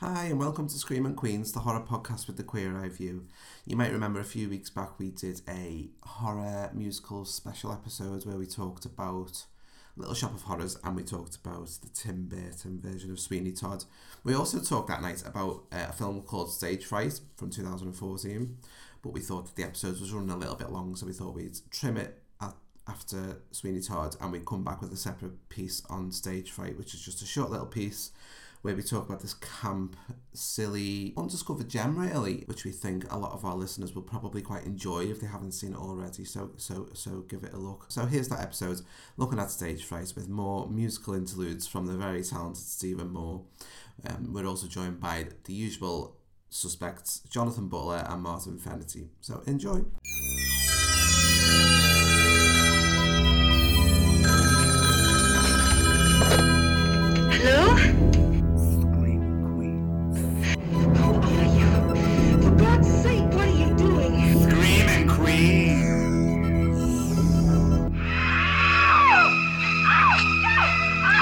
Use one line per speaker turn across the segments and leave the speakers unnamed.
Hi, and welcome to Scream and Queens, the horror podcast with the queer eye view. You might remember a few weeks back we did a horror musical special episode where we talked about Little Shop of Horrors and we talked about the Tim Burton version of Sweeney Todd. We also talked that night about uh, a film called Stage Fright from 2014, but we thought that the episode was running a little bit long, so we thought we'd trim it at, after Sweeney Todd and we'd come back with a separate piece on Stage Fright, which is just a short little piece where we talk about this camp, silly, undiscovered gem really, which we think a lot of our listeners will probably quite enjoy if they haven't seen it already. So so so give it a look. So here's that episode looking at stage fright with more musical interludes from the very talented Stephen Moore. Um, we're also joined by the usual suspects Jonathan Butler and Martin Fennerty. So enjoy.
Hello?
Scream Queen.
Who are you? For God's sake, what are you doing?
Screaming Queen.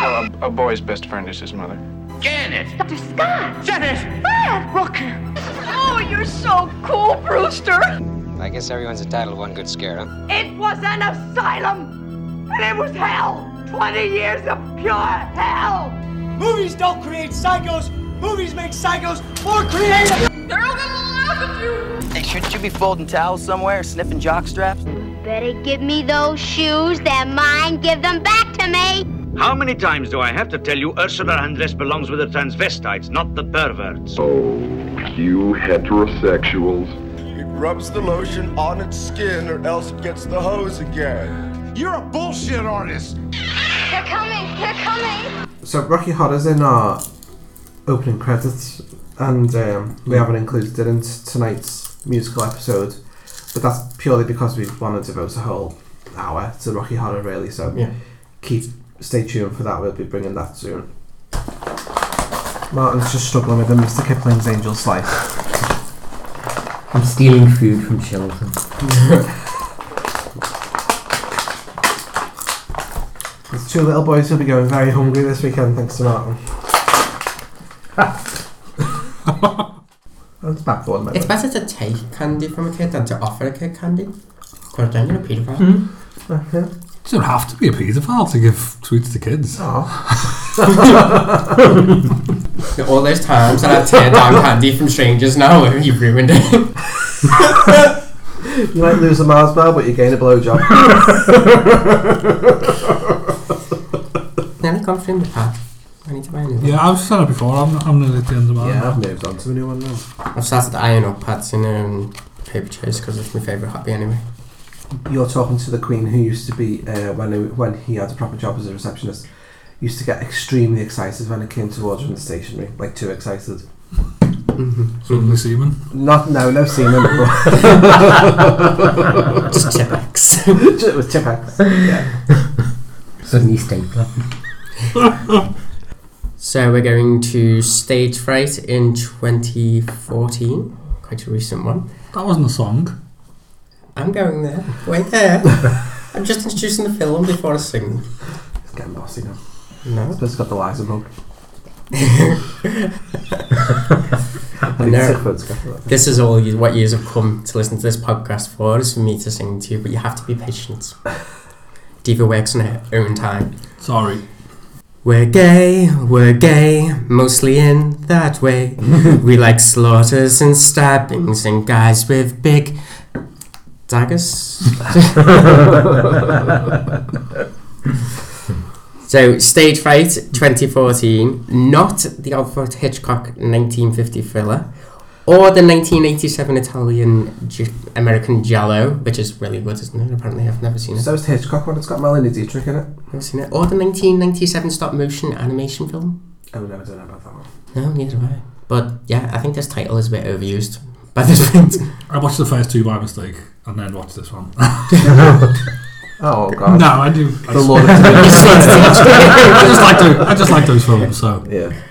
Well, a, a boy's best friend is his mother.
Dr. Scott! Janet! Fred! Rooker! Oh, you're so cool, Brewster!
I guess everyone's entitled to one good scare, huh?
It was an asylum! And it was hell! 20 years of pure hell!
Movies don't create psychos. Movies make psychos more creative.
They're all gonna laugh at you!
Shouldn't you be folding towels somewhere, sniffing jock straps?
Better give me those shoes. They're mine. Give them back to me.
How many times do I have to tell you Ursula Andress belongs with the transvestites, not the perverts?
Oh, you heterosexuals.
It rubs the lotion on its skin or else it gets the hose again.
You're a bullshit artist.
They're coming. They're coming.
So Rocky Horror's in our opening credits, and um, we haven't included it in t- tonight's musical episode, but that's purely because we want to devote a whole hour to Rocky Horror, really. So keep stay tuned for that. We'll be bringing that soon. Martin's just struggling with a Mr. Kipling's Angel Slice.
I'm stealing food from children.
There's two little boys who'll be going very hungry this weekend, thanks to Martin. That's bad for them.
It's better to take candy from a kid than to offer a kid candy. Because then you're a paedophile.
You don't have to be a paedophile to give sweets to kids.
Yeah, All those times that I've teared down candy from strangers now, you ruined it.
You might lose a Mars bar, but you gain a blowjob.
Nearly gone through the pack. I need to buy a new one.
Yeah, I was saying it before. I'm, I'm nearly at the end of mine.
yeah, I've moved on to a new one now.
I've started eyeing up pads in um, paper chase because it's my favourite hobby anyway.
you're talking to the Queen, who used to be uh, when he, when he had a proper job as a receptionist, used to get extremely excited when it came to ordering the stationery, like too excited.
Suddenly semen.
Not no, no semen, but
Just Tippex.
it was Tipex.
Suddenly stapler.
so we're going to Stage Fright in 2014. Quite a recent one.
That wasn't a song.
I'm going there. Wait there. I'm just introducing the film before I sing.
It's getting bossy now.
No.
It's got the lies about.
I know. This is all you, what you have come to listen to this podcast for, is for me to sing to you, but you have to be patient. Diva works on her own time.
Sorry.
We're gay, we're gay, mostly in that way. we like slaughters and stabbings and guys with big daggers. so, Stage Fright 2014, not the Alfred Hitchcock 1950 thriller. Or the 1987 Italian J- American Jello, which is really good, isn't it? Apparently, I've never seen it.
So it's Hitchcock one. It's got Melanie Dietrich in it.
I've seen it. Or the 1997 stop motion animation film.
Oh no, I don't know about that one.
No, neither have I. But yeah, I think this title is a bit overused by this point.
I watched the first two by mistake and then watched this one.
Oh god.
no, I do.
The
I just,
Lord of the Rings.
I just like those. I just like those films. So Hmm.
Yeah.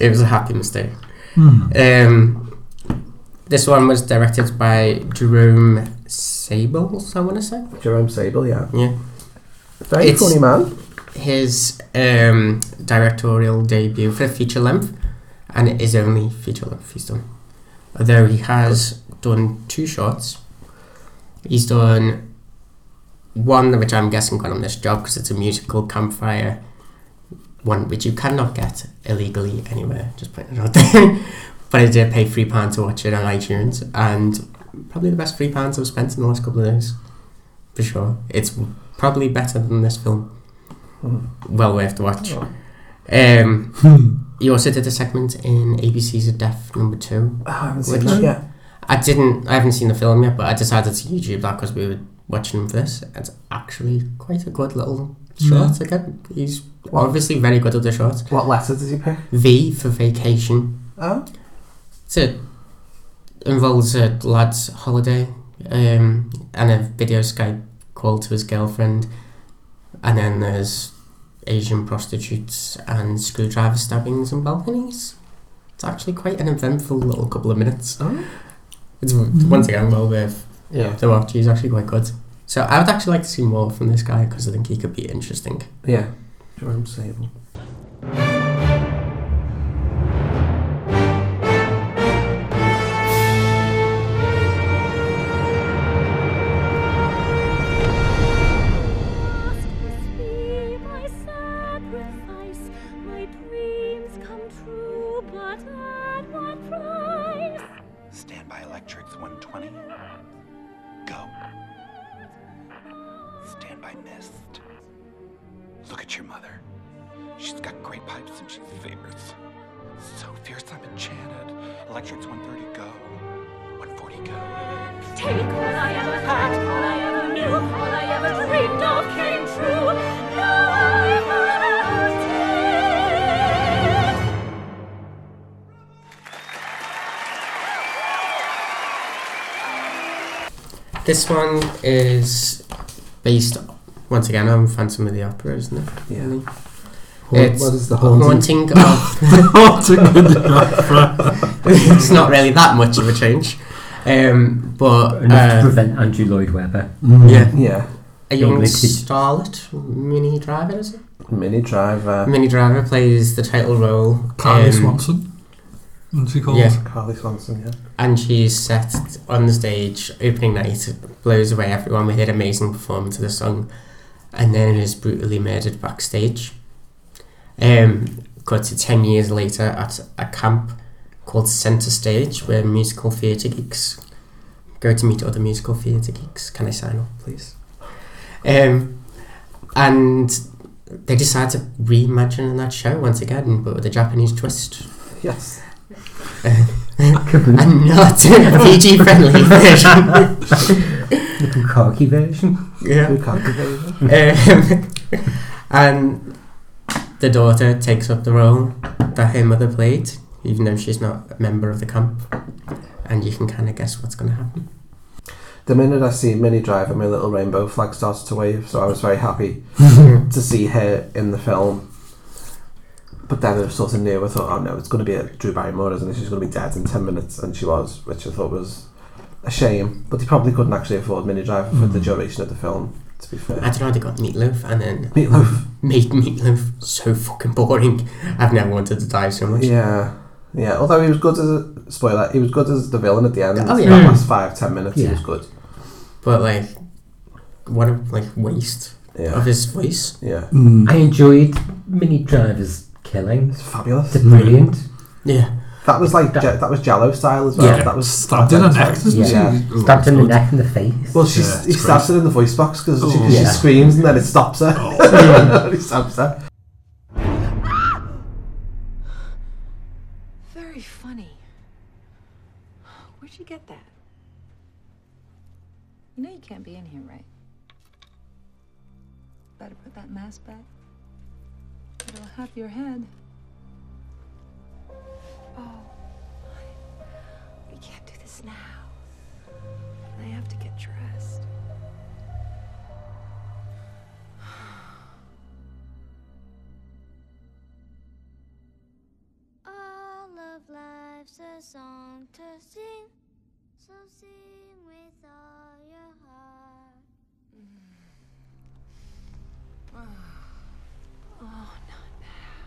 it was a happy mistake. Um, this one was directed by Jerome Sables, I want to say.
Jerome Sable, yeah.
Yeah.
Very
It's-
funny man.
His um, directorial debut for feature length. and it is only feature length he's done. Although he has done two shorts, he's done one which I'm guessing got on this job because it's a musical campfire. One which you cannot get illegally anywhere, just putting it out there. but I did pay three pounds to watch it on iTunes, and probably the best three pounds I've spent in the last couple of days, for sure. It's probably better than this film. Well worth the watch. Um, you also did a segment in ABC's of Death number two.
I haven't seen that yet.
I didn't. I haven't seen the film yet, but I decided to YouTube that because we were watching him for this. It's actually quite a good little short.
Yeah.
Again, he's obviously very good at the short.
What letter does he pick?
V for vacation.
Oh.
So involves a lad's holiday um, and a video Skype call to his girlfriend, and then there's Asian prostitutes and screwdriver stabbings and balconies. It's actually quite an eventful little couple of minutes. It's once again well worth
Yeah.
the watch. He's actually quite good. So I would actually like to see more from this guy because I think he could be interesting.
Yeah. Jerome Sable.
my sacrifice, my dreams come true, but at what price?
Stand by Electrics 120. Go. Stand by Mist. Look at your mother. She's got great pipes and she's famous. So fierce, I'm enchanted. Electrics 130, go. 140, go.
Take all I ever had, all I ever knew, all I ever dreamed of came true. Now I'm haunted.
This one is based once again on Phantom of the Opera, isn't it?
Yeah.
Really?
Haunt-
It's
what is the
a
haunting-
haunting of
The haunting of the opera.
it's not really that much of a change, um, but
Enough to
uh,
prevent Andrew Lloyd Webber.
yeah,
Mm. Yeah.
a young
English teacher.
starlet, mini driver, is it?
Mini Driver.
Mini driver plays the title role.
Carly
um,
Swanson. What's she called?
Yeah.
Carly Swanson, yeah.
and she's set on the stage opening night, blows away everyone with her amazing performance of the song, and then is brutally murdered backstage. Um, cut to ten years later at a camp called Centre Stage, where musical theatre geeks go to meet other musical theatre geeks. Can I sign up, please? Um, and they decide to reimagine that show once again, but with a Japanese twist.
Yes.
and not a PG friendly version.
The Bukaki version.
Yeah.
Bukaki
Um, and the daughter takes up the role that her mother played, even though she's not a member of the camp. And you can kind of guess what's going to happen.
The minute I see Mini Driver, my little rainbow flag starts to wave, so I was very happy to see her in the film. But then I sort of knew, I thought, oh no, it's going to be a Drew Barrymore, isn't it? She's going to be dead in 10 minutes, and she was, which I thought was a shame. But they probably couldn't actually afford Mini Driver for
Hmm.
the duration of the film, to be fair.
I don't know, they got meatloaf and then.
Meatloaf.
Made meatloaf so fucking boring. I've never wanted to die so much.
Yeah, yeah. Although he was good as a spoiler, he was good as the villain at the end.
Oh,
For
yeah.
the
Mm.
last five ten minutes, he
Yeah.
was good.
But like, what a like waste
Yeah.
of his voice.
Yeah,
Hmm.
I enjoyed Mini Driver's killing. It's
fabulous.
They're brilliant.
yeah.
That was like that, that was Jello style as well.
Yeah.
that was
Stabbed in the neck, doesn't she?
Yeah.
Oh,
Stabbed in the
God.
neck and the face.
Well, she's,
Yeah,
he
it's
stabs
great.
her in the voice box because she, 'cause she
Yeah.
screams and then it stops her. he stabs her.
Very funny. Where'd you get that? You know you can't be in here, right? Better put that mask back. It'll have your head. Oh, we can't do this now. I have to get dressed.
All of life's a song to sing, so sing with all your heart.
Oh, not now.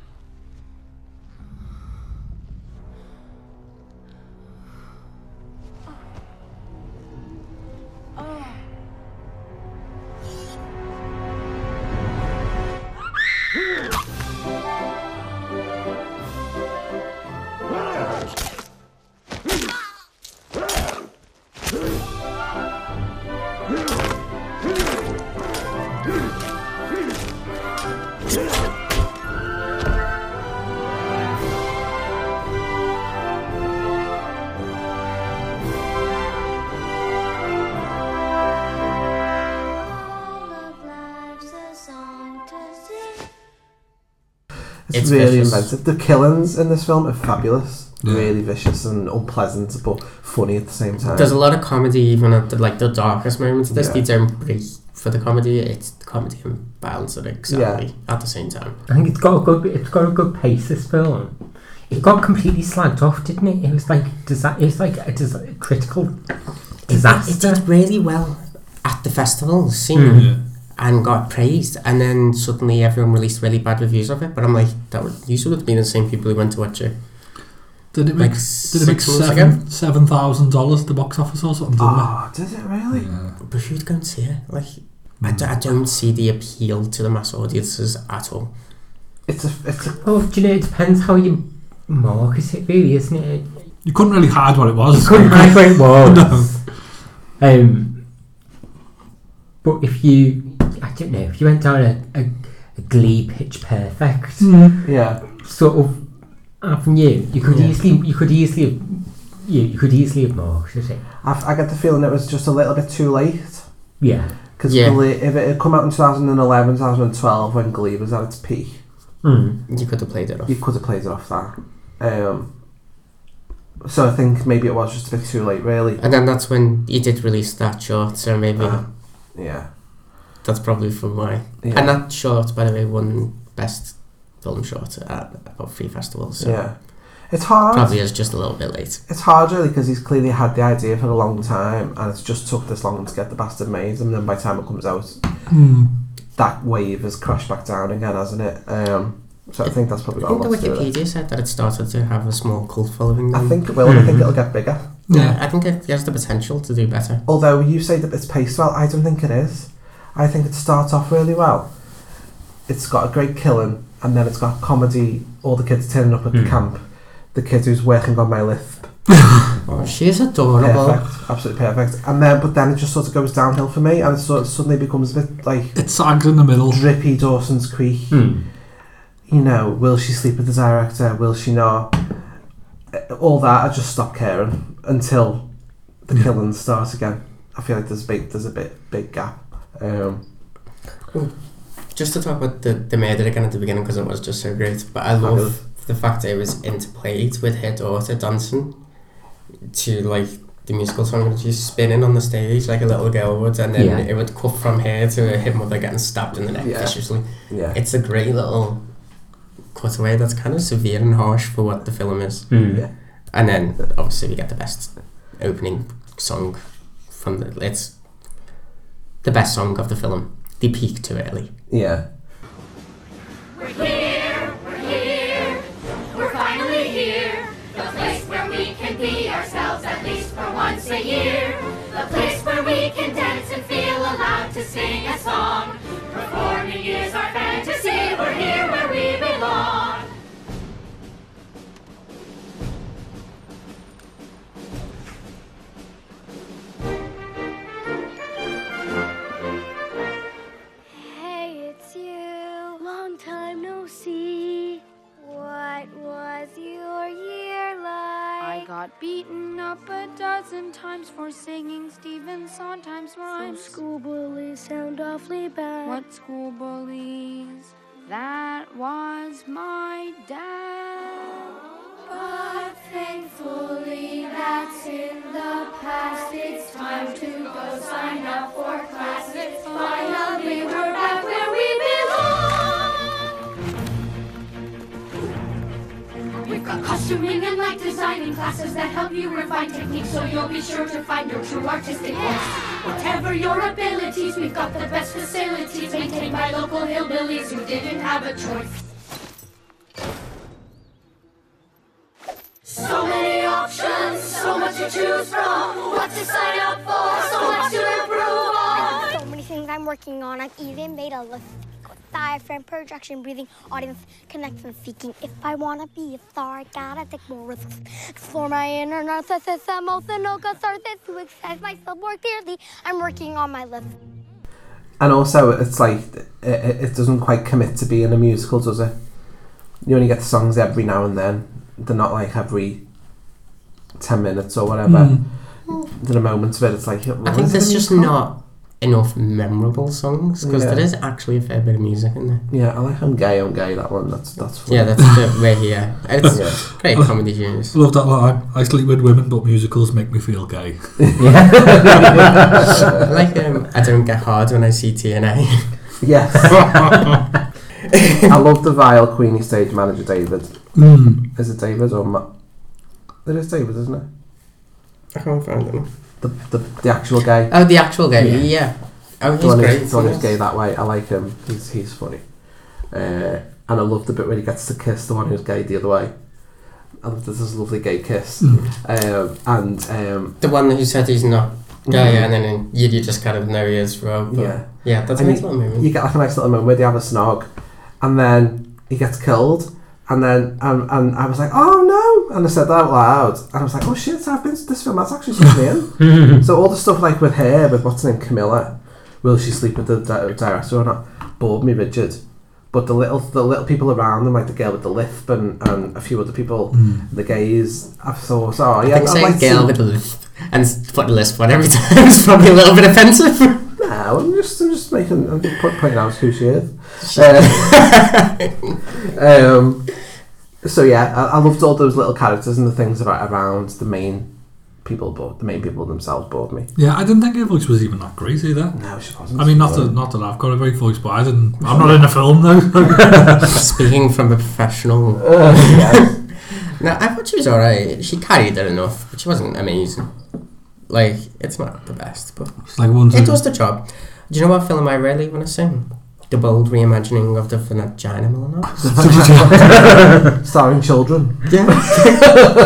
It's,
It's
really
vicious.
inventive. The killings in this film are fabulous.
Yeah.
Really vicious and unpleasant, but funny at the same time.
There's a lot of comedy even at the, like the darkest moments. This
Yeah.
needs a break for the comedy. It's the comedy and balance it exactly at the same time.
I think it's got a good it's got a good pace this film. It got completely slagged off, didn't it? It was like disa- it's like a dis- critical
It,
disaster.
did really well at the festival scene
Mm. Yeah.
and got praised. And then suddenly everyone released really bad reviews of it. But I'm like, that would usually would have been the same people who went to watch it.
Did it make, did it make seven seven thousand dollars at the box office or something? Didn't
Ah, did it really?
But who'd go and see it? Like,
Hmm.
I, d- I
Mm.
don't see the appeal to the mass audiences at all.
It's a, it's a
Well, do you know, it depends how you market it, really, isn't it?
You couldn't really hide what it was.
You couldn't hide what it was. Um, but if you, I don't know, if you went down a, a, a Glee pitch perfect,
Mm. Yeah.
sort of avenue, you could
Yeah.
easily, you could easily, have, you, you could easily have marketed it.
I've, I get the feeling it was just a little bit too late.
Yeah.
Because
Yeah.
if it had come out in 2011, 2012, when Glee was at its peak,
You could have played it off.
you could have played it off that. Um, so I think maybe it was just a bit too late, really.
And then that's when you did release that short, so maybe.
Uh-huh. yeah.
That's probably from why.
Yeah.
And that short, by the way, won Best Film Short at about three festivals. So
Yeah. It's hard.
Probably is just a little bit late.
It's hard, really, because he's clearly had the idea for a long time, and it's just took this long to get the bastard made, and then by the time it comes out,
Hmm.
that wave has crashed back down again, hasn't it? Um, so I think that's probably
I
got a
think the
lot to do with it.
Wikipedia said that it started to have a small cult following.
I
then.
think it will, and I think it'll get bigger.
Yeah, I think it has the potential to do better.
Although you say that it's paced well, I don't think it is. I think it starts off really well. It's got a great killing, and then it's got comedy. All the kids turning up at the camp. The kid who's working on my lift.
Oh, she's adorable.
Perfect, absolutely perfect. And then, but then it just sort of goes downhill for me, and it sort of suddenly becomes a bit like
it sags in the middle.
Drippy Dawson's Creek.
Hmm.
You know, will she sleep with the director? Will she not? Uh, All that. I just stopped caring until the killings start again. I feel like there's a big, there's a bit big gap. Um,
Just to talk about the, the murder again at the beginning because it was just so great. But I love
Fabulous.
the fact that it was interplayed with her daughter dancing to like the musical song and she's spinning on the stage like a little girl would, and then
Yeah.
it would cut from her to her mother getting stabbed in the neck
Yeah.
viciously.
Yeah.
It's a great little cutaway that's kind of severe and harsh for what the film is.
Mm.
Yeah.
And then obviously we get the best opening song from the it's the best song of the film. They peak too early.
yeah.
We're here, we're here, we're finally here. The place where we can be ourselves at least for once a year. The place where we can dance and feel allowed to sing a song. Performing is our fantasy, we're here where we belong.
Hey, it's you. Long time no see. What was your year like? I got beaten up a dozen times for singing Stephen Sondheim's rhymes. Some school bullies sound awfully bad. What school bullies? That was my dad. But thankfully, that's in the past. It's time to go sign up for class. It's finally we're back where we belong. We've got costuming and light designing classes that help you refine technique so you'll be sure to find your true artistic voice. Whatever your abilities, we've got the best facilities maintained by local hillbillies who didn't have a choice. So many options, so much to choose from. What to sign up for, so much to improve on. So many things I'm working on. I've even made a list with diaphragm, projection, breathing, audience, connection, seeking. If I wanna be a star, I gotta take more risks. Explore my inner narcissism, emotional catharsis to excite myself more clearly. I'm working on my list.
And also, it's like it, it it doesn't quite commit to being a musical, does it? You only get the songs every now and then. They're not like every ten minutes or whatever.
Mm.
There are moments where it's like,
I think there's just not enough memorable songs because
Yeah.
there is actually a fair bit of music in there.
Yeah, I like I'm gay, I'm gay. That one, that's that's funny.
Yeah, that's the way here. It's great comedy genius.
Love that line. I sleep with women, but musicals make me feel gay.
Yeah. like um, I don't get hard when I see TNA.
Yes. I love the vile Queenie stage manager David.
Mm.
Is it David or Ma- It is David, isn't it?
I can't find him.
The, the, the actual guy.
Oh, the actual guy, yeah. Oh,
The
he's
one who's-
great,
The one who's
yes.
gay that way. I like him. He's he's funny. Uh, and I love the bit where he gets to kiss the one who's gay the other way. I love this is a lovely gay kiss.
Hmm.
Um, and um,
The one who said he's not gay,
Mhm.
and then uh, you, you just kind of know he is from. but-
Yeah,
yeah, that's a
And
nice
you-
little moment.
You get like a nice little moment where they have a snog, and then he gets killed, and then and, and I was like, oh no, and I said that out loud, and I was like, oh shit, I've been this film that's actually something in. so all the stuff like with her, with what's her name, Camilla, will she sleep with the di- director or not? Bored me, Richard. But the little the little people around them, like the girl with the lisp and, and a few other people, the gays, I thought, oh yeah,
I think
I'd
saying
like to
girl
see-
with a lisp and s- put a lisp on every time is probably a little bit offensive.
No, I'm just, I'm just making, I'm just po- pointing out who she is. Uh, um, so yeah, I, I loved all those little characters and the things about around the main people, but the main people themselves bored me.
Yeah, I didn't think her voice was even that great either. No,
she wasn't.
I mean, not that, not that I've got a great voice, but I didn't. I'm not in a film though.
Speaking from a professional.
Uh, yes.
Oh,
no, I thought she was alright. She carried it enough, but she wasn't amazing. Like, it's not the best, but
It's like one
Mm-hmm.
it does the job. Do you know what film I really want to sing? The Bold Reimagining of the Vagina Millennium.
Starring children.
Yeah.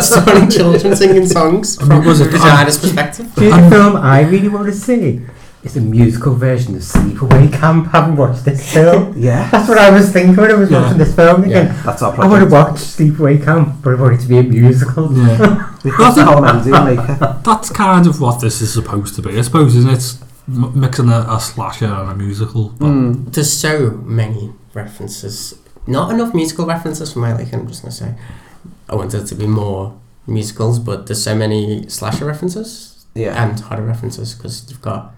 Starring children singing songs
I mean,
from
was
a
it-
vagina's perspective.
The only film I really want to see is a musical version of Sleepaway Camp. I haven't watched this film.
Yeah.
That's what I was thinking when I was watching this film again.
that's our
I want
project.
to watch Sleepaway Camp, but I want it to be a musical.
Because Tom Hanks didn't make it.
That's kind of what this is supposed to be, I suppose, isn't it? It's m- mixing a, a slasher and a musical. But
There's so many references. Not enough musical references for my liking, I'm just going to say. I want there to be more musicals, but there's so many slasher references
Yeah.
and horror references because you've got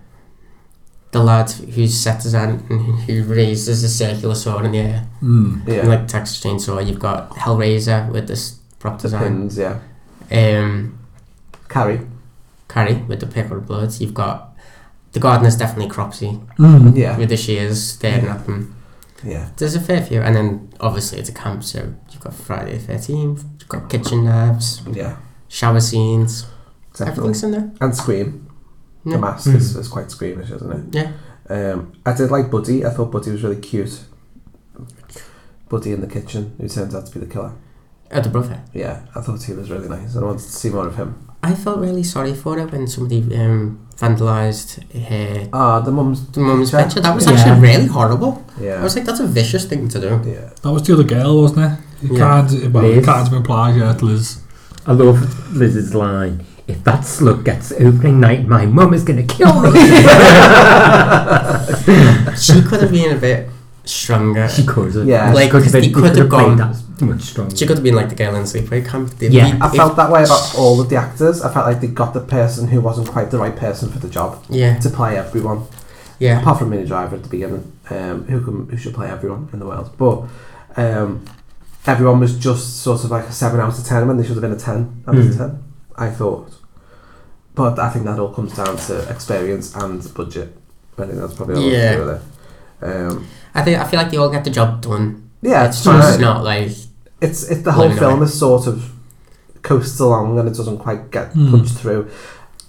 the lad who's set as Ant and who raises a circular sword in the air.
Mm.
Yeah.
And, like Texas Chainsaw, you've got Hellraiser with this prop
The
design.
pins, yeah.
Um,
Carrie.
Carrie with the purple bloods. You've got the gardener's definitely Cropsy.
Hmm.
Mm. Yeah.
With the shears staring at them.
Yeah.
There's a fair few, and then obviously it's a camp, so you've got Friday the 13th, you've got kitchen knives,
Yeah.
shower scenes,
Definitely.
everything's in there.
And Scream.
Yeah.
The mask is, is quite squeamish, isn't it?
Yeah.
Um, I did like Buddy. I thought Buddy was really cute. Buddy in the kitchen, who turns out to be the killer.
Oh, the brother.
Yeah, I thought he was really nice, and I wanted to see more of him.
I felt really sorry for her when somebody um, vandalised her.
Ah, the mum's
the mum's
picture.
picture. That was
Yeah.
actually really horrible.
Yeah.
I was like, that's a vicious thing to do.
Yeah.
that was the other girl, wasn't it? It
Yeah.
kind of, well, it
Liz.
kind of implies, yeah, Liz.
I love Liz's line. If that slug gets opening night, my mum is going to kill me.
she could have been a bit stronger.
She could have.
Yeah. Like,
She could have been-
he
could
could have
have
gone
played that much stronger.
She could have been like the girl in sleepaway camp. The-
Yeah.
I
if-
felt that way about all of the actors. I felt like they got the person who wasn't quite the right person for the job.
Yeah.
To play everyone.
Yeah.
Apart from Mini Driver at the beginning, um, who can who should play everyone in the world, but um, everyone was just sort of like a seven out of ten when they should have been a ten out of
Mm.
ten. I thought, but I think that all comes down to experience and budget. I think that's probably all yeah.
Yeah.
to do with it. Um,
I think I feel like they all get the job done.
Yeah,
it's
it's
just
fine.
not like
it's it's the whole
Blown away.
film is sort of coasts along and it doesn't quite get
Hmm.
punched through,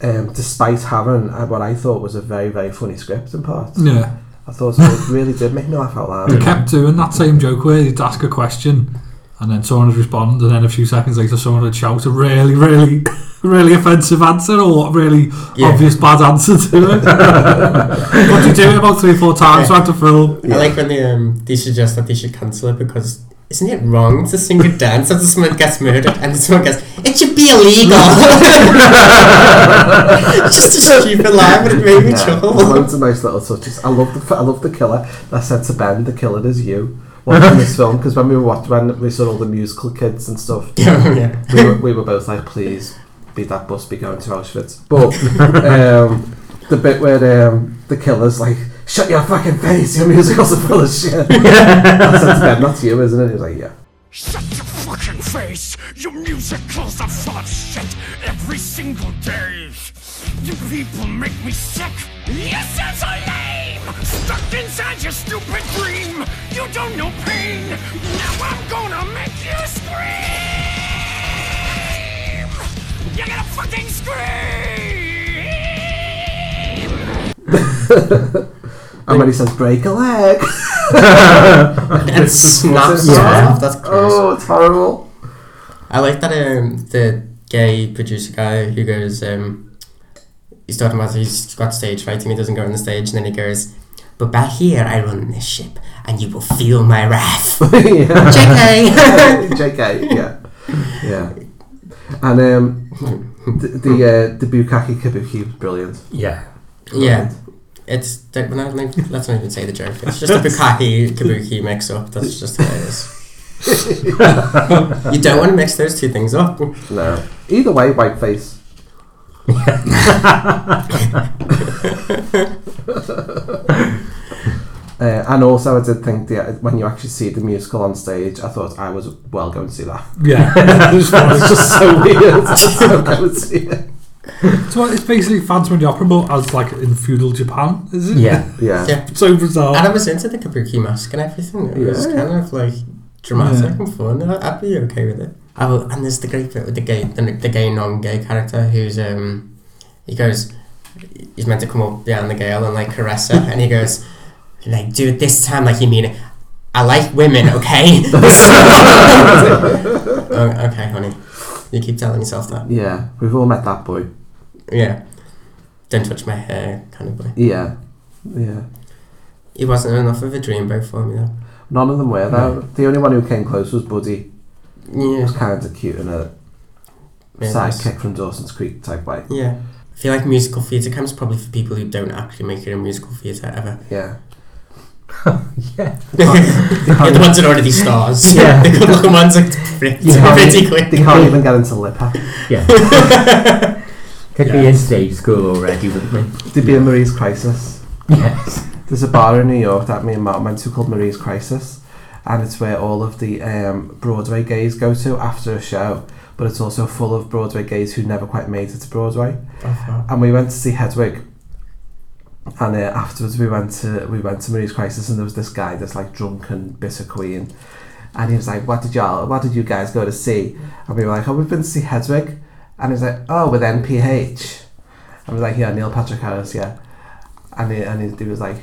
um, despite having uh, what I thought was a very very funny script in parts.
Yeah.
I thought it really did make me laugh out loud.
They kept doing that same joke where you'd ask a question and then someone would respond, and then a few seconds later, someone would shout a really, really, really offensive answer or a really
Yeah.
obvious bad answer to it. but you do it about three or four times throughout the film.
I like when they um they suggest that they should cancel it because isn't it wrong to sing a dance after someone gets murdered and someone goes it should be illegal? just a stupid line, but it made me
Yeah,
chuckle.
there's loads of nice little touches. I love the f- I love the killer. I said to Ben, the killer is you. Watching this film because when we were watching, when we saw all the musical kids and stuff,
Yeah.
we, were, we were both like, please be that bus be going to Auschwitz. But um, the bit where um, the killer's like, "Shut your fucking face! Your musicals are full of shit." I said to Ben, "That's you, isn't it?" He was like, "Yeah."
Shut your fucking face! Your musicals are full of shit every single day! You people make me sick! You sound so lame! Stuck inside your stupid dream! You don't know pain! Now I'm gonna make you scream! You're gonna fucking scream!
And when he says, "Break a leg,"
and snaps his head off. That's gross.
Oh, it's horrible.
I like that um, the gay producer guy who goes, um, he's talking about he's got stage fright and he doesn't go on the stage, and then he goes, "But back here, I run this ship, and you will feel my wrath." Jk.
Jk. Yeah, yeah. And um, the the, uh, the Bukaki Kabuki was brilliant.
Yeah. Yeah. It's that, well, no, no, let's not even say the joke. It's just a Bukaki Kabuki mix up. That's just hilarious. you don't want to mix those two things up.
No. Either way, whiteface. Uh, and also, I did think the, when you actually see the musical on stage, I thought I was well going to see that.
Yeah.
it's just so weird. I was so going to see it.
So it's basically Phantom of the Opera, but as like in feudal Japan, is it?
Yeah. Yeah.
so bizarre.
And I was into the kabuki mask and everything. It was
Yeah.
kind of like dramatic
Yeah.
and fun. I- I'd be okay with it. Oh, and there's the great bit with the gay, the, the gay non-gay character who's um, he goes, he's meant to come up behind the girl and like caress her, and he goes, like, dude, this time, like, you mean it. I like women, okay? oh, okay, honey. You keep telling yourself that.
Yeah, we've all met that boy.
Yeah. Don't touch my hair, kind of boy.
Yeah, yeah.
It wasn't enough of a dreamboat for me, though.
None of them were though. The only one who came close was Buddy.
Yeah.
He was kind of cute in a
Yeah, nice.
sidekick from Dawson's Creek type way.
Yeah. I feel like musical theatre comes probably for people who don't actually make it in musical theatre ever.
Yeah.
yeah. You're the ones that are already stars.
Yeah.
the good looking ones are pretty, pretty quick.
They can't even get into Lipper.
Yeah. Could be in stage school already, wouldn't we?
There'd be a Marie's Crisis.
Yes.
There's a bar in New York that me and Matt went to called Marie's Crisis, and it's where all of the um, Broadway gays go to after a show. But it's also full of Broadway gays who never quite made it to Broadway.
Uh-huh.
And we went to see Hedwig, and uh, afterwards we went to we went to Marie's Crisis, and there was this guy, this like drunken bitter queen, and he was like, "What did y'all? What did you guys go to see?" And we were like, "Oh, we've been to see Hedwig," and he's like, "Oh, with NPH," and we're like, "Yeah, Neil Patrick Harris, yeah," and he, and he, he was like,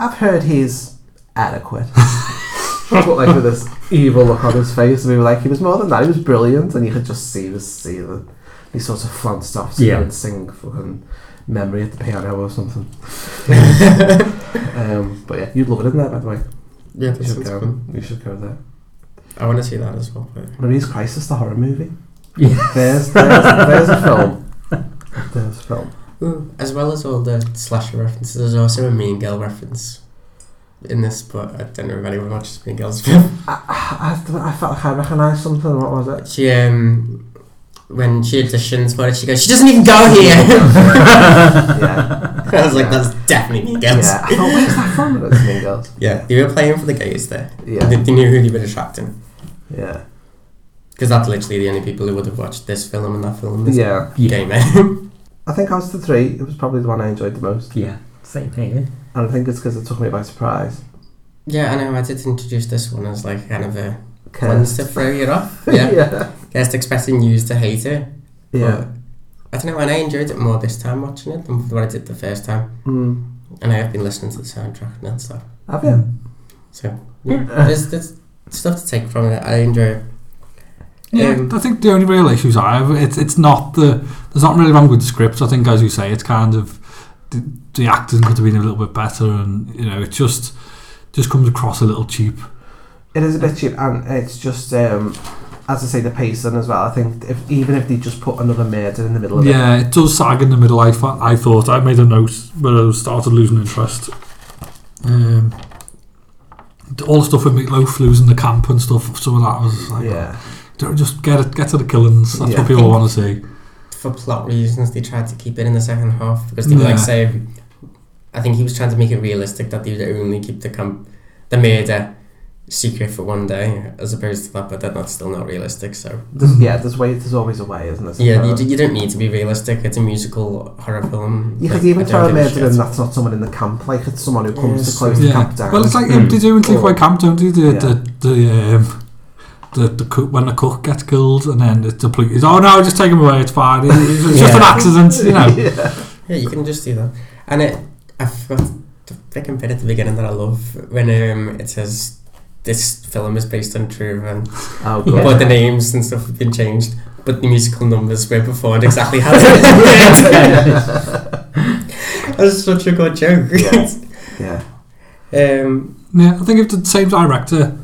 "I've heard he's adequate." but like with this evil look on his face, and we were like, he was more than that. He was brilliant, and you could just see, was see that he sort of flounced off to
Yeah.
go and sing fucking memory at the piano or something. um, but yeah, you'd love it in there, by the way.
Yeah,
you
that
should
sounds
go.
cool.
You should go there.
I want to see that as well. but-
Marie's Crisis, the horror movie.
Yeah.
There's there's, there's a film. There's a film.
Ooh, Hmm. as well as all the slasher references, there's also a Mean Girl reference in this, but I don't know if anyone watches Mean Girls film.
I, I, I felt like I recognised something. What was it?
She, um, when she auditions for it, she goes, She doesn't even go here!
yeah.
I was like,
Yeah.
That's definitely Mean Girls.
Yeah. I thought, where's that from? That's Mean Girls.
Yeah, they were playing for the gays there.
Yeah.
They, they knew who they were attracting.
Yeah.
Because that's literally the only people who would have watched this film and that film. is
Yeah.
Gay men.
I think out of the three, it was probably the one I enjoyed the most.
Yeah. Same eh? here.
And I think it's because it took me by surprise.
yeah, I know. I did introduce this one as like kind of a
Cursed.
ones to throw you off. Yeah.
Yeah.
Just expecting you to hate it.
Yeah.
But I don't know, and I enjoyed it more this time watching it than what I did the first time.
Mm.
And I have been listening to the soundtrack and stuff.
Have you?
So,
Yeah.
yeah. there's, there's stuff to take from it. I enjoy it.
Yeah,
Um,
I think the only real issues I have it's it's not the there's not really wrong with the script. I think as you say, it's kind of the, the acting could have been a little bit better, and you know it just just comes across a little cheap.
It is a bit cheap, and it's just um, as I say, the pacing as well. I think if even if they just put another murder in the middle of it,
Yeah, it does sag in the middle. I thought I thought I made a note, but I started losing interest. Um, all the stuff with Meatloaf losing the camp and stuff. Some of that was like,
Yeah.
don't- just get it, get to the killings. That's
Yeah.
what people want to see.
for plot reasons they tried to keep it in the second half because they were like
Yeah.
saying, I think he was trying to make it realistic that they would only keep the camp, the murder secret for one day as opposed to that, but that- that's still not realistic. So
There's, yeah, there's way. There's always a way, isn't there?
yeah, you, d- you don't need to be realistic. It's a musical horror film.
Because
Like, I
even
don't
Tara
give a
Murder,
shit.
and that's not someone in the camp. Like it's someone who comes
Yes.
to close the camp down.
Well, it's like um,
Mm.
they do in Sleepaway
Or-
Camp, don't they? The,
Yeah.
the, the, um, the, the cook, when the cook gets killed and then it's the police, it's, oh no, just take him away, it's fine. It's, it's just an accident, you know.
yeah. you can just do that. And it, I forgot the freaking bit at the beginning that I love when um, it says this film is based on true events.
Oh,
but
God.
the names and stuff have been changed, but the musical numbers were performed exactly how they were. That's such a good joke.
Yeah.
Um,
Yeah, I think if the same director,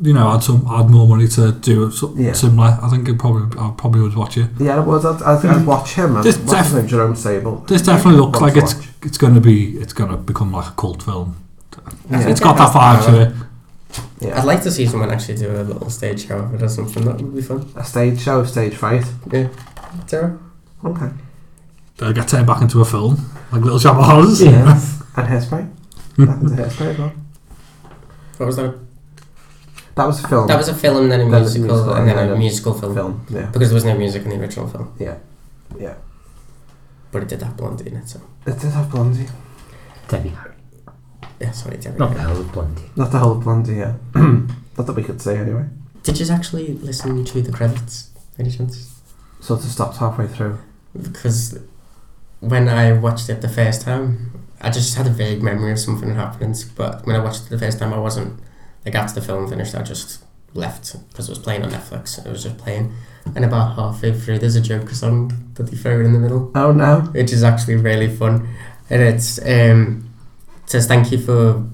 you know, had some had more money to do something
Yeah.
similar, I think it probably I probably would watch it.
Yeah, I was. I'd, I'd, I'd watch him. I'd
This
watch his
def-
name, Jerome Sable.
This definitely looks
Watch-
like it's it's going to be it's going to become like a cult film.
I think
It's got that
has the
vibe to
power.
it.
I'd like to see someone actually do a little stage show of it or something. That would be fun.
A stage show, stage fight.
Yeah. Sarah?
Okay.
They'll get turned back into a film, like Little Shop of Horrors.
Yes. and hairspray. That happened to hairspray as well.
What was that?
That was a film.
That was a film, then a
Then Oh. a
musical,
musical,
and then, a, musical film.
film, yeah.
Because there was no music in the original film.
Yeah. Yeah.
But it did have Blondie in it, so.
It did have Blondie.
Debbie Harry.
Yeah, sorry, Debbie.
Not the hell of Blondie.
Not the whole Blondie, yeah. Not that we could say anyway.
Did you actually listen to the credits? Any chance?
Sort of stopped halfway through.
Because when I watched it the first time, I just had a vague memory of something happening. But when I watched it the first time, I wasn't like after the film finished. I just left because it was playing on Netflix. It was just playing, and about halfway through, there's a Joker song that they throw in the middle.
Oh no!
Which is actually really fun, and it's um it says thank you for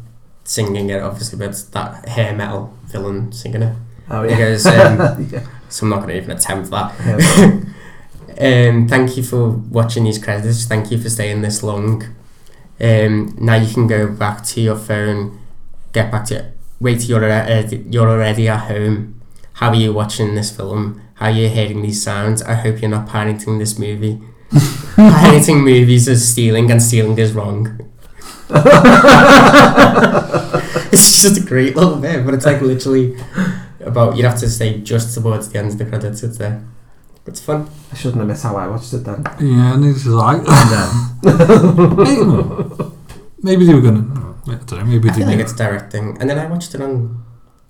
singing it. Obviously, but it's that hair metal villain singing it.
Oh,
He
yeah.
goes, um,
Yeah.
so I'm not going to even attempt that.
Yeah.
um, thank you for watching these credits. Thank you for staying this long. Um, now you can go back to your phone, get back to wait till you're already, you're already at home. How are you watching this film? How are you hearing these sounds? I hope you're not pirating this movie. pirating movies is stealing, and stealing is wrong. it's just a great little bit, but it's like literally about you'd have to stay just towards the end of the credits. It's there. It's fun.
I shouldn't have missed how I watched it then.
Yeah, and it's like no. maybe they were gonna. I don't know. Maybe
Mm. I
they
feel like
knew.
it's directing. And then I watched it on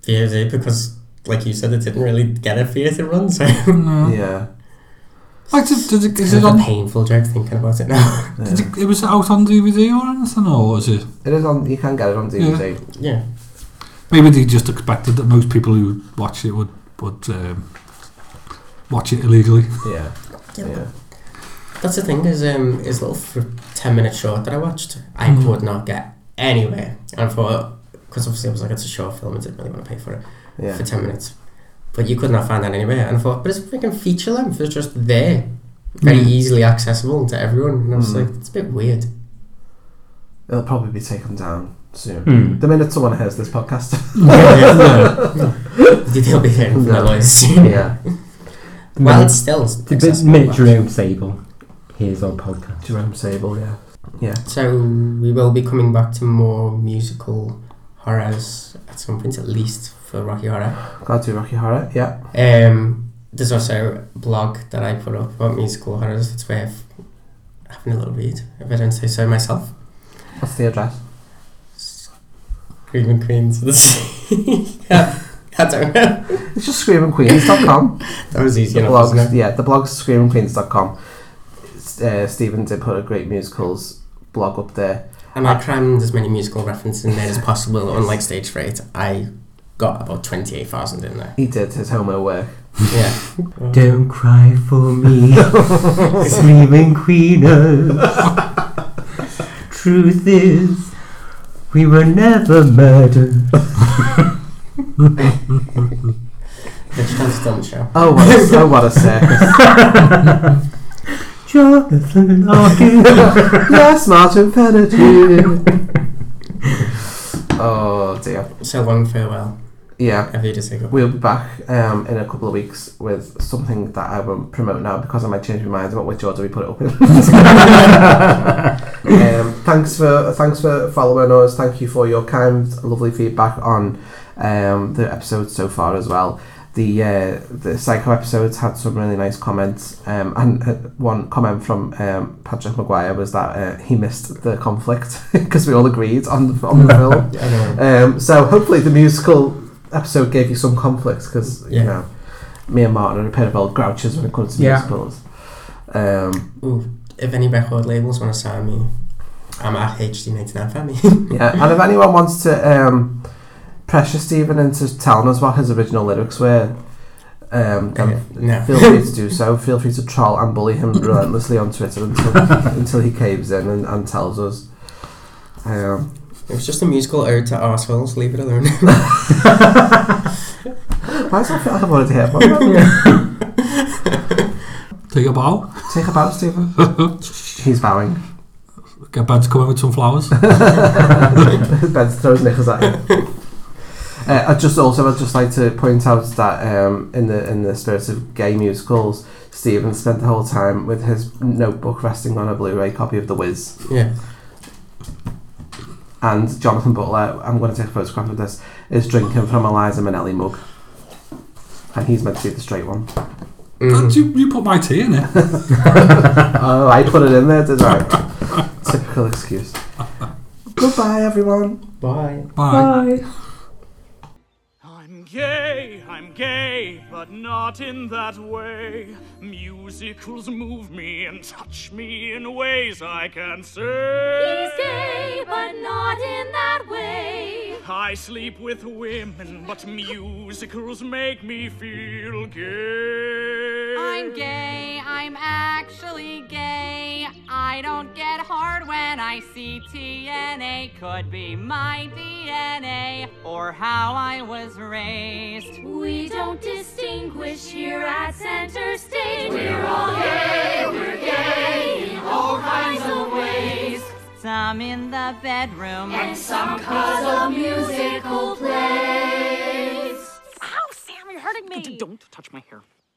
VOD because, like you said, it didn't really get a theatre run, so.
Yeah.
Like, did, did it,
It's
is it
a
on?
painful joke thinking about it now.
Did it, it was out on DVD or anything, or was it?
It is on. You can get it on DVD.
Yeah.
Maybe they just expected that most people who watch it would would um, watch it illegally.
Yeah. Yeah.
That's the thing is um is little f- ten minute short that I watched. I
Mhm.
could not get anywhere, and I thought because obviously I was like it's a short film, I didn't really want to pay for it
Yeah.
for ten minutes, but you could not find that anywhere. And I thought, but it's freaking feature length. It's just there, very
Mhm.
easily accessible to everyone. And I was
Mhm.
like, it's a bit weird.
It'll probably be taken down soon.
Hmm.
The minute someone hears this podcast,
They'll be hearing from the lawyers soon.
Yeah.
Well, it's still
The bit minute Jerome Sable. Here's our podcast.
Jerome Sable, yeah. Yeah.
So we will be coming back to more musical horrors at some point, at least for Rocky Horror.
Glad to Rocky Horror. Yeah.
Um, there's also a blog that I put up about musical horrors. It's worth having a little read, if I don't say so myself.
What's the address?
Screaming Queens of the Sea. yeah, I don't know.
It's just screamingqueens.com.
That was easy
The
enough,
blog's-
wasn't it?
Yeah, the blog's screamingqueens.com. S- Uh, Stephen did put a great musicals blog up there.
And I crammed as many musical references in there as possible, unlike Stage Fright. I got about 28,000 in there.
He did his homework. work.
Yeah.
Don't cry for me, screaming queen Truth is, we were never murdered.
They're just trying to steal the show.
Oh, what a, oh, what a circus.
Jonathan Larkin.
yes, Martin Pennerty. oh dear.
So long farewell.
Yeah.
A few days ago.
We'll be back um, in a couple of weeks with something that I won't promote now because I might change my mind about which order we put it up in. um, thanks for thanks for following us. Thank you for your kind, lovely feedback on um, the episodes so far as well. The uh, the psycho episodes had some really nice comments, um, and uh, one comment from um, Patrick Maguire was that uh, he missed the conflict because we all agreed on the, on the film.
Yeah, I
Um, so hopefully the musical episode gave you some conflict because
Yeah.
you know me and Martin are a pair of old grouches when it comes to
Yeah.
musicals. Um,
Ooh, if any record labels want to sign me, I'm at HD99 Family.
yeah, and if anyone wants to um, pressure Stephen into telling us what his original lyrics were, um, then
Uh, no.
feel free to do so. Feel free to troll and bully him relentlessly on Twitter until until he caves in and, and tells us. Um,
It was just a musical ode to arseholes, leave it alone.
why does I feel like I've already heard one? of them?
Take a bow.
Take a bow, Stephen. He's bowing.
Get Ben to come in with some flowers.
Ben throws knickers at him. Uh, I just also I'd just like to point out that um, in the in the spirit of gay musicals, Stephen spent the whole time with his notebook resting on a Blu-ray copy of The Wiz.
Yeah.
And Jonathan Butler, I'm going to take a photograph of this, is drinking from a Liza Minnelli mug, and he's meant to be the straight one.
That's- you, you put my tea in it.
oh, I put it in there, did I? Typical excuse. Goodbye, everyone.
Bye.
Bye.
I'm gay, I'm gay, but not in that way. Musicals move me and touch me in ways I can't say.
He's gay, but not in that way.
I sleep with women, but musicals make me feel gay.
I'm gay. I'm actually gay. I don't get hard when I see TNA. Could be my DNA or how I was raised.
We don't distinguish here at center stage.
We're all gay, we're gay in all kinds of ways. Some in the bedroom,
And some 'cause of musical plays.
Ow, Sam, you're hurting me.
Don't touch my hair.